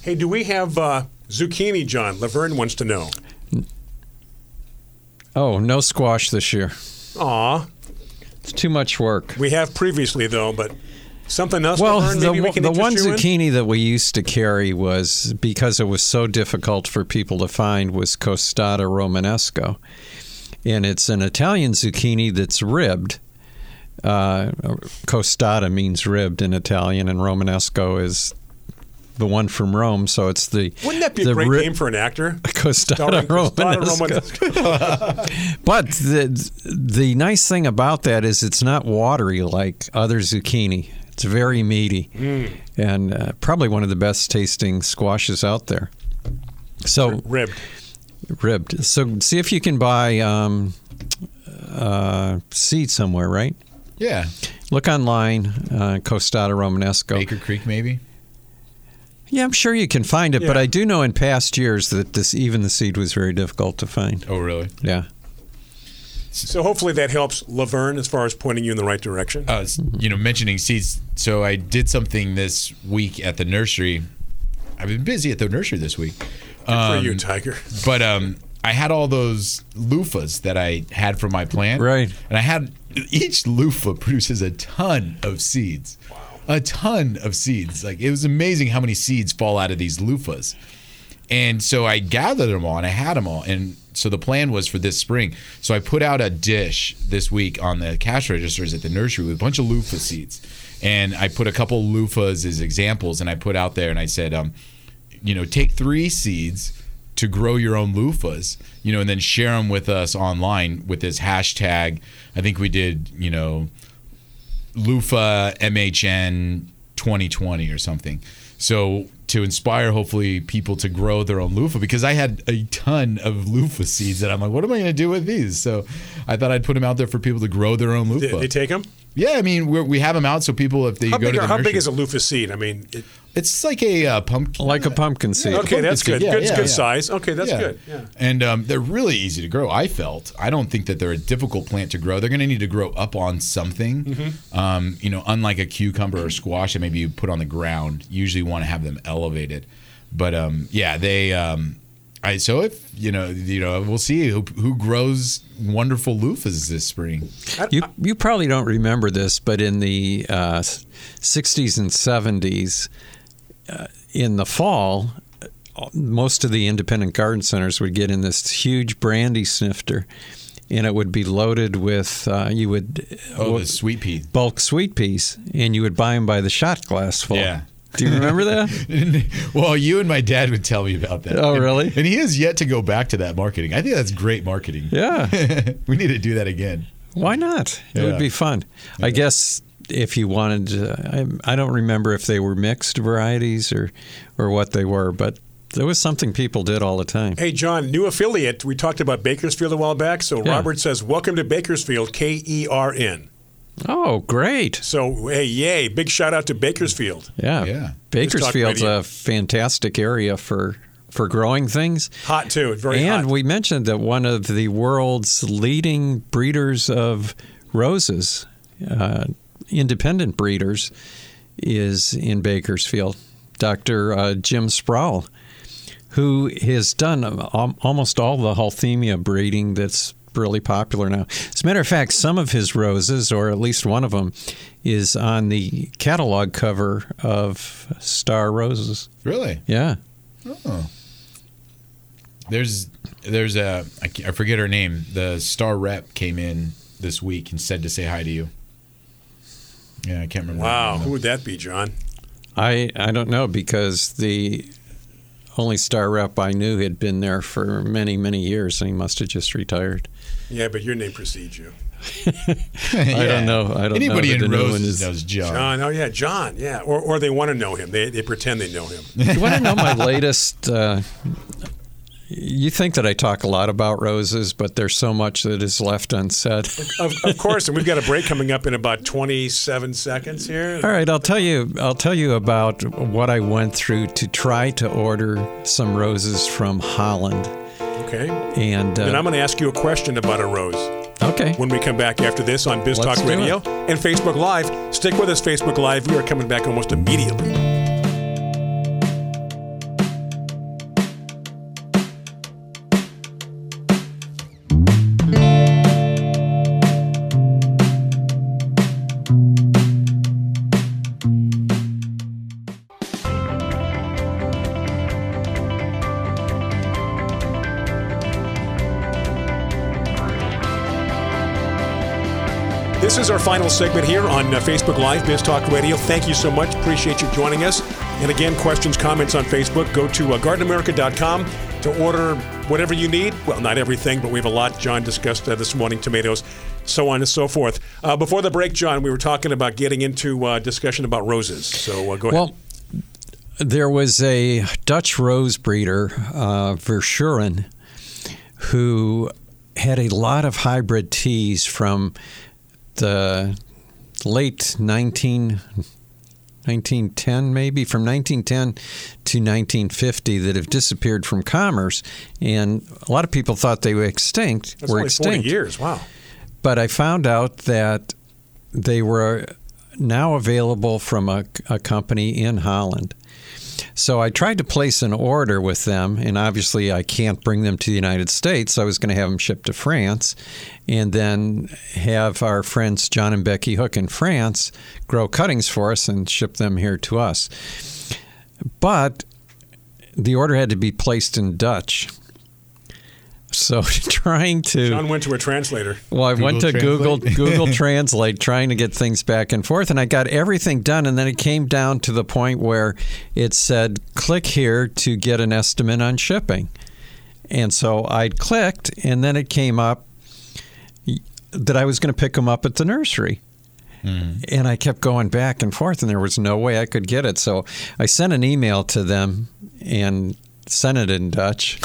Speaker 2: Hey, do we have uh, zucchini, John? Laverne wants to know.
Speaker 4: Oh, no squash this year.
Speaker 2: Aw,
Speaker 4: It's too much work.
Speaker 2: we have previously though, but something else.
Speaker 4: Well,
Speaker 2: Laverne, maybe
Speaker 4: the,
Speaker 2: we can
Speaker 4: the
Speaker 2: interest
Speaker 4: one
Speaker 2: you in?
Speaker 4: zucchini that we used to carry was because it was so difficult for people to find was costata romanesco, and it's an Italian zucchini that's ribbed. Uh, costata means ribbed in Italian, and romanesco is the one from Rome, so it's the
Speaker 2: Wouldn't that be a
Speaker 4: the
Speaker 2: great
Speaker 4: ri-
Speaker 2: name for an actor?
Speaker 4: Costata
Speaker 2: Starring Costanza
Speaker 4: romanesco.
Speaker 2: Romanesco.
Speaker 4: But the the nice thing about that is it's not watery like other zucchini. It's very meaty
Speaker 2: Mm.
Speaker 4: and uh, probably one of the best tasting squashes out there. So
Speaker 2: Ribbed.
Speaker 4: ribbed. So see if you can buy um, uh, seed somewhere, right?
Speaker 3: yeah.
Speaker 4: Look online, uh, Costata Romanesco.
Speaker 3: Baker Creek, maybe.
Speaker 4: Yeah, I'm sure you can find it, but
Speaker 2: Yeah.
Speaker 4: I do know in past years that this even the seed was very difficult to find.
Speaker 3: Oh, really?
Speaker 4: Yeah.
Speaker 2: So hopefully that helps Laverne as far as pointing you in the right direction.
Speaker 3: uh, s- you know, mentioning seeds. So I did something this week at the nursery. I've been busy at the nursery this week.
Speaker 2: for you, Tiger.
Speaker 3: But um, I had all those loofahs that I had from my plant. Right. And I had each loofah produces a ton of seeds. Wow. A ton of seeds. Like it was amazing how many seeds fall out of these loofahs. And so I gathered them all and I had them all. And so the plan was for this spring. So I put out a dish this week on the cash registers at the nursery with a bunch of loofah seeds. And I put a couple loofahs as examples and I put out there and I said, um, you know, take three seeds to grow your own loofahs, you know, and then share them with us online with this hashtag. I think we did, you know, loofah MHN 2020 or something. So to inspire hopefully people to grow their own loofah because I had a ton of loofah seeds that I'm like, what am I going to do with these? So I thought I'd put them out there for people to grow their own loofah.
Speaker 2: they take 'em?
Speaker 3: Yeah, I mean we're, we have them out so people if they
Speaker 2: How
Speaker 3: go
Speaker 2: big,
Speaker 3: to the
Speaker 2: are, how big
Speaker 3: nursery-
Speaker 2: is a loofah seed? I mean, it,
Speaker 3: It's like a uh, pumpkin,
Speaker 4: like a pumpkin seed.
Speaker 2: Okay, that's good. Good- good size. Okay, that's good. Yeah.
Speaker 3: And um, they're really easy to grow. I felt. I don't think that they're a difficult plant to grow. They're going to need to grow up on something.
Speaker 4: Mm-hmm.
Speaker 8: Mhm.
Speaker 3: Um, you know, unlike a cucumber or squash that maybe you put on the ground. You usually want to have them elevated. But um, yeah, they. Um, I, so if you know, you know, we'll see who, who grows wonderful loofahs this spring.
Speaker 4: You, you probably don't remember this, but in the uh, 60s and 70s, uh, in the fall, uh, most of the independent garden centers would get in this huge brandy snifter, and it would be loaded with uh, you would
Speaker 3: Oh, the sweet pea.
Speaker 4: bulk sweet peas, and you would buy them by the shot glass full.
Speaker 3: Yeah.
Speaker 4: Do you remember that?
Speaker 3: well, you and my dad would tell me about that.
Speaker 4: Oh,
Speaker 3: And-
Speaker 4: really?
Speaker 3: And he has yet to go back to that marketing. I think that's great marketing.
Speaker 4: Yeah.
Speaker 3: we need to do that again.
Speaker 4: Why not? It
Speaker 3: Yeah.
Speaker 4: would be fun. I guess if you wanted, to, I, I don't remember if they were mixed varieties or, or what they were, but there was something people did all the time.
Speaker 2: Hey, John, new affiliate. We talked about Bakersfield a while back. So
Speaker 4: Yeah.
Speaker 2: Robert says, Welcome to Bakersfield, K E R N.
Speaker 4: Oh, great.
Speaker 2: So, hey, yay. Big shout out to Bakersfield.
Speaker 4: Yeah.
Speaker 2: Yeah.
Speaker 4: Bakersfield's
Speaker 2: Just talk
Speaker 4: a fantastic area for, for growing things.
Speaker 2: Hot, too. Very
Speaker 4: and
Speaker 2: hot.
Speaker 4: we mentioned that one of the world's leading breeders of roses, uh, independent breeders, is in Bakersfield. Dr. Uh, Jim Sproul, who has done al- almost all the Halthemia breeding that's really popular now. As a matter of fact, some of his roses, or at least one of them, is on the catalog cover of Star Roses.
Speaker 3: Really?
Speaker 4: Yeah.
Speaker 3: Oh. There's there's a I, ca- I forget her name. The star rep came in this week and said to say hi to you. Yeah, I can't remember. her
Speaker 2: Wow.
Speaker 3: name,
Speaker 2: Who would that be, John?
Speaker 4: I I don't know because the only star rep I knew had been there for many many years, and he must have just retired.
Speaker 2: Yeah, but your name precedes you.
Speaker 4: I don't know. I don't
Speaker 3: Anybody
Speaker 4: know. that
Speaker 3: in
Speaker 4: the new one
Speaker 3: roses
Speaker 4: is-
Speaker 3: knows John.
Speaker 2: John. Oh, yeah, John. Yeah. Or, or they want to know him. They, they pretend they know him.
Speaker 4: you want to know my latest? Uh, you think that I talk a lot about roses, but there's so much that is left unsaid.
Speaker 2: of, of course. And we've got a break coming up in about 27 seconds here.
Speaker 4: All right, I'll tell you. I'll tell you about what I went through to try to order some roses from Holland.
Speaker 2: Okay.
Speaker 4: And
Speaker 2: then I'm
Speaker 4: uh,
Speaker 2: going to ask you a question about a rose.
Speaker 4: okay,
Speaker 2: When we come back after this on Biz
Speaker 4: Let's
Speaker 2: Talk
Speaker 4: do
Speaker 2: Radio
Speaker 4: it.
Speaker 2: and Facebook Live, stick with us, Facebook Live. We are coming back almost immediately. This is our final segment here on uh, Facebook Live, Biz Talk Radio. Thank you so much. Appreciate you joining us. And again, questions, comments on Facebook. Go to uh, gardenamerica.com to order whatever you need. Well, not everything, but we have a lot. John discussed uh, this morning tomatoes, so on and so forth. Uh, before the break, John, we were talking about getting into uh, discussion about roses. So uh, go ahead.
Speaker 4: Well, there was a Dutch rose breeder, uh, Verschuren, who had a lot of hybrid teas from the late 19, 1910, maybe from 1910 to 1950 that have disappeared from commerce. And a lot of people thought they were extinct.
Speaker 2: That's
Speaker 4: were
Speaker 2: only
Speaker 4: extinct
Speaker 2: 40 years. Wow.
Speaker 4: but I found out that they were now available from a, a company in Holland. So I tried to place an order with them, and obviously I can't bring them to the United States. So I was going to have them shipped to France and then have our friends John and Becky Hook in France grow cuttings for us and ship them here to us. But the order had to be placed in Dutch. So trying to
Speaker 2: John went to a translator.
Speaker 4: well, I went to Google Google Translate trying to get things back and forth, and I got everything done, and then it came down to the point where it said, "Click here to get an estimate on shipping," and so I clicked, and then it came up that I was going to pick them up at the nursery. And I kept going back and forth, and there was no way I could get it. So I sent an email to them and sent it in Dutch.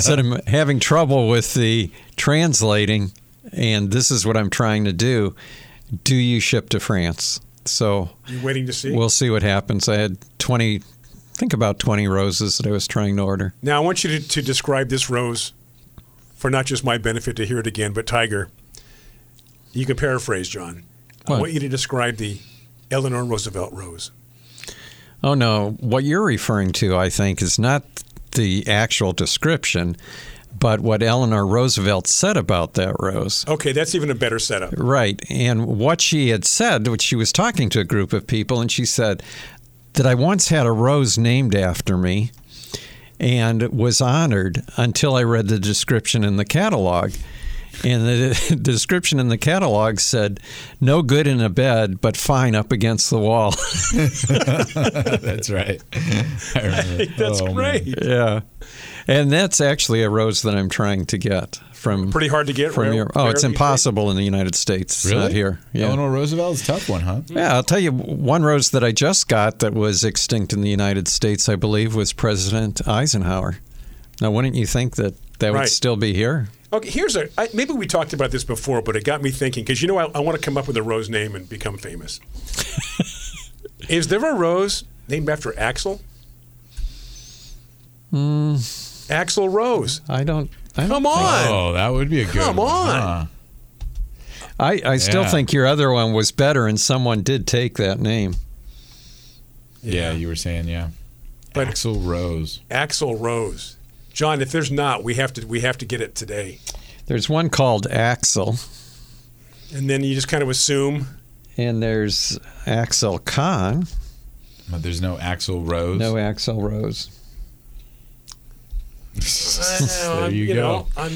Speaker 4: said I'm having trouble with the translating, and this is what I'm trying to do. Do you ship to France? So
Speaker 2: You waiting to see?
Speaker 4: we'll see what happens. I had 20, I think about 20 roses that I was trying to order.
Speaker 2: Now, I want you to, to describe this rose for not just my benefit to hear it again, but Tiger. You can paraphrase, John. I
Speaker 4: What?
Speaker 2: want you to describe the Eleanor Roosevelt rose.
Speaker 4: Oh no, what you're referring to, I think, is not the actual description, but what Eleanor Roosevelt said about that rose.
Speaker 2: Okay, that's even a better setup.
Speaker 4: Right. And what she had said, which she was talking to a group of people, and she said that I once had a rose named after me and was honored until I read the description in the catalog. And the description in the catalog said, no good in a bed, but fine up against the wall.
Speaker 3: That's right. I remember.
Speaker 2: That's
Speaker 3: Oh, man.
Speaker 2: great.
Speaker 4: yeah. And that's actually a rose that I'm trying to get from.
Speaker 2: Pretty hard to get,
Speaker 4: From
Speaker 2: right?
Speaker 4: your, oh, it's
Speaker 2: Rare, you think?
Speaker 4: impossible in the United States. It's
Speaker 3: Really?
Speaker 4: Not here.
Speaker 3: Eleanor Roosevelt's a tough one, huh?
Speaker 4: Yeah, I'll tell you one rose that I just got that was extinct in the United States, I believe, was President Eisenhower. Now, wouldn't you think that that
Speaker 2: Right.
Speaker 4: would still be here?
Speaker 2: Okay, here's a. I, maybe we talked about this before, but it got me thinking because you know I, I want to come up with a rose name and become famous. Is there a rose named after Axel?
Speaker 3: Hmm.
Speaker 2: Axel Rose.
Speaker 4: I don't. I don't
Speaker 2: Come on.
Speaker 3: Oh, that would be a good
Speaker 2: Come
Speaker 3: one.
Speaker 2: on.
Speaker 4: I, I still
Speaker 3: Yeah.
Speaker 4: think your other one was better, and someone did take that name.
Speaker 3: Yeah, you were saying, yeah.
Speaker 2: But-
Speaker 3: Axel Rose.
Speaker 2: Axel Rose. John, if there's not, we have to we have to get it today.
Speaker 4: There's one called Axel,
Speaker 2: And then you just kind of assume.
Speaker 4: and there's Axel Kahn.
Speaker 3: But there's no Axel Rose.
Speaker 4: No Axel Rose.
Speaker 3: there
Speaker 2: um,
Speaker 3: you, go.
Speaker 2: Know, I'm,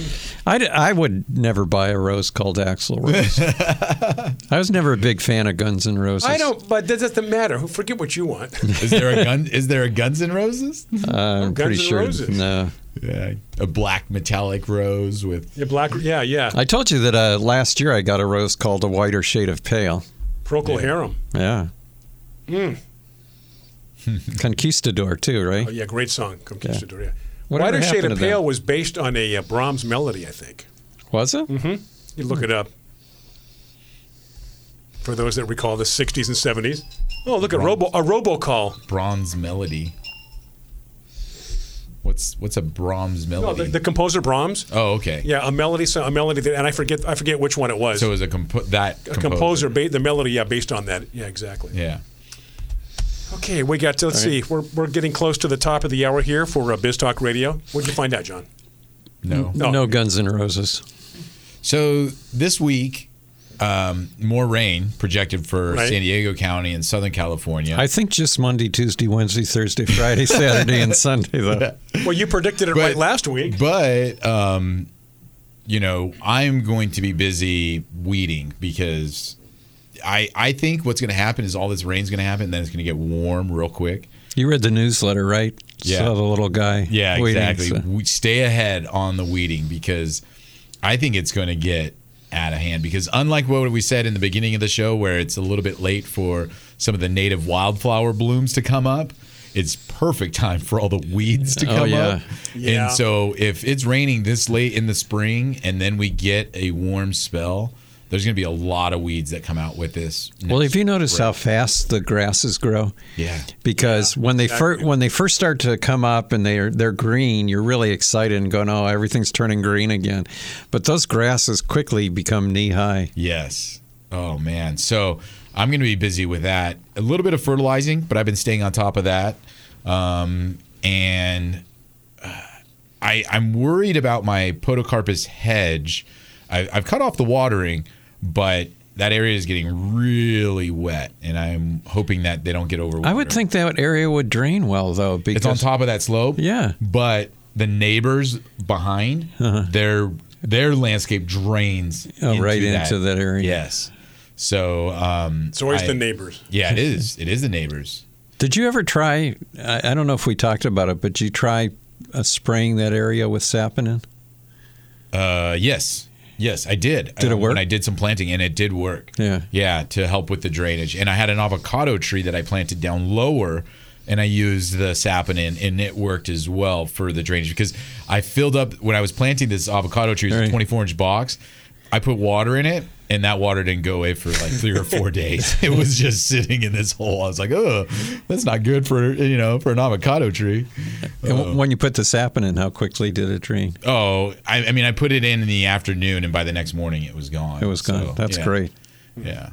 Speaker 4: I, d- I would never buy a rose called Axel Rose. I was never a big fan of Guns N' Roses.
Speaker 2: I don't. But that doesn't matter. Who- Forget what you want.
Speaker 3: Is there a gun? Is there a Guns N' Roses?
Speaker 2: Guns
Speaker 4: I'm pretty
Speaker 2: N'
Speaker 4: sure.
Speaker 2: Roses.
Speaker 4: No.
Speaker 3: yeah, a black metallic rose with
Speaker 2: Yeah, black. Yeah, yeah.
Speaker 4: I told you that uh, last year I got a rose called a whiter shade of pale.
Speaker 2: Procol Harum.
Speaker 4: Yeah. Conquistador too,
Speaker 2: Oh,
Speaker 4: right?
Speaker 2: yeah, great song, Conquistador. Yeah.
Speaker 4: Whatever
Speaker 2: Whiter Shade
Speaker 4: happened
Speaker 2: of
Speaker 4: to them?
Speaker 2: Pale was based on a uh, Brahms melody, I think.
Speaker 4: Was it?
Speaker 2: You
Speaker 4: Hmm.
Speaker 2: look it up. For those that recall the 60s and 70s. Oh, look at robo a robocall.
Speaker 3: bronze melody. What's what's a Brahms
Speaker 2: No,
Speaker 3: melody?
Speaker 2: Oh, the, the composer Brahms.
Speaker 3: oh, okay.
Speaker 2: Yeah, a melody, so- a melody that, and I forget, I forget which one it was.
Speaker 3: So it was a compo- that
Speaker 2: a composer, ba- the melody, yeah, based on that. Yeah, exactly.
Speaker 3: Yeah.
Speaker 2: Okay, we got. To, let's see, we're, we're getting close to the top of the hour here for uh, Biz Talk Radio. What'd you find out, John?
Speaker 3: No.
Speaker 2: No.
Speaker 4: No Guns N' Roses.
Speaker 3: So this week, um, more rain projected for
Speaker 2: Right.
Speaker 3: San Diego County and Southern California.
Speaker 4: I think just Monday, Tuesday, Wednesday, Thursday, Friday, Saturday, and Sunday though.
Speaker 2: Well, you predicted it
Speaker 3: But-
Speaker 2: right last week.
Speaker 3: But um, you know, I'm going to be busy weeding because I I think what's going to happen is all this rain's going to happen, and then it's going to get warm real quick.
Speaker 4: You read the newsletter, right?
Speaker 3: Yeah.
Speaker 4: Saw the little guy.
Speaker 3: Yeah,
Speaker 4: waiting,
Speaker 3: exactly.
Speaker 4: so-
Speaker 3: We stay ahead on the weeding because I think it's going to get out of hand. Because unlike what we said in the beginning of the show, where it's a little bit late for some of the native wildflower blooms to come up, it's perfect time for all the weeds to
Speaker 4: Oh,
Speaker 3: come
Speaker 4: yeah.
Speaker 3: up.
Speaker 2: Yeah.
Speaker 3: And so if it's raining this late in the spring and then we get a warm spell, there's going to be a lot of weeds that come out with this.
Speaker 4: Well, if you notice how fast the grasses grow,
Speaker 3: Yeah.
Speaker 4: because when they fir- when they first start to come up and they're they're green, you're really excited and going, "Oh, everything's turning green again." But those grasses quickly become knee high.
Speaker 3: Yes. Oh man. So I'm going to be busy with that. A little bit of fertilizing, but I've been staying on top of that. um, and uh, I, I'm worried about my podocarpus hedge. I, I've cut off the watering, but that area is getting really wet, and I'm hoping that they don't get overwatered.
Speaker 4: I would think that area would drain well, though. Because
Speaker 3: it's on top of that slope.
Speaker 4: Yeah.
Speaker 3: But the neighbors behind, their their landscape drains
Speaker 4: Uh-huh. Oh, right into that area.
Speaker 3: Yes. So um,
Speaker 2: It's always the neighbors.
Speaker 3: Yeah, it is. It is the neighbors.
Speaker 4: Did you ever try? I, I don't know if we talked about it, but did you try uh, spraying that area with saponin?
Speaker 3: Uh, yes. Yes, I did.
Speaker 4: Did it
Speaker 3: Um,
Speaker 4: work?
Speaker 3: When I did some planting, and it did work.
Speaker 4: Yeah.
Speaker 3: Yeah, to help with the drainage. And I had an avocado tree that I planted down lower, and I used the saponin, and it worked as well for the drainage because I filled up when I was planting this avocado tree, it was a
Speaker 4: Right.
Speaker 3: 24 inch box. I put water in it, and that water didn't go away for like three or four days. It was just sitting in this hole. I was like, oh, that's not good for you know for an avocado tree.
Speaker 4: And
Speaker 3: Uh,
Speaker 4: w- when you put the saponin, how quickly did it drain?
Speaker 3: Oh, I, I mean, I put it in in the afternoon, and by the next morning, it was gone.
Speaker 4: It was gone.
Speaker 3: So,
Speaker 4: That's
Speaker 3: yeah.
Speaker 4: great.
Speaker 3: Yeah.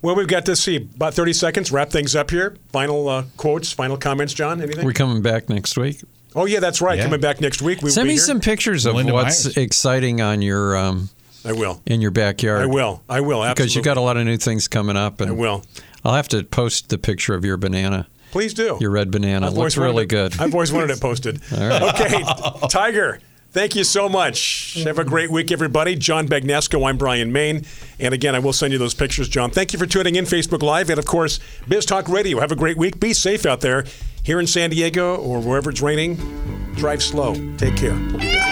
Speaker 2: Well, we've got to see about 30 seconds, wrap things up here. Final uh, quotes, final comments, John? Anything?
Speaker 4: We're coming back next week.
Speaker 2: oh, yeah, that's right.
Speaker 3: Yeah.
Speaker 2: Coming back next week. We will
Speaker 4: Send
Speaker 2: be
Speaker 4: me
Speaker 2: here.
Speaker 4: some pictures of
Speaker 3: Melinda
Speaker 4: what's
Speaker 3: Myers.
Speaker 4: exciting on your um,
Speaker 2: I will.
Speaker 4: in your backyard.
Speaker 2: I will. I will. Absolutely.
Speaker 4: because you've got a lot of new things coming up. And
Speaker 2: I will.
Speaker 4: I'll have to post the picture of your banana,
Speaker 2: Please do.
Speaker 4: your red banana.
Speaker 2: I've always
Speaker 4: Looks
Speaker 2: wanted
Speaker 4: really
Speaker 2: it-
Speaker 4: good.
Speaker 2: I've always wanted it posted. Okay, Tiger, thank you so much. Have a great week, everybody. John Bagnesco, I'm Brian Main. And again, I will send you those pictures, John. Thank you for tuning in, Facebook Live, and of course, Biz Talk Radio. Have a great week. Be safe out there here in San Diego or wherever it's raining. Drive slow. Take care. We'll be back.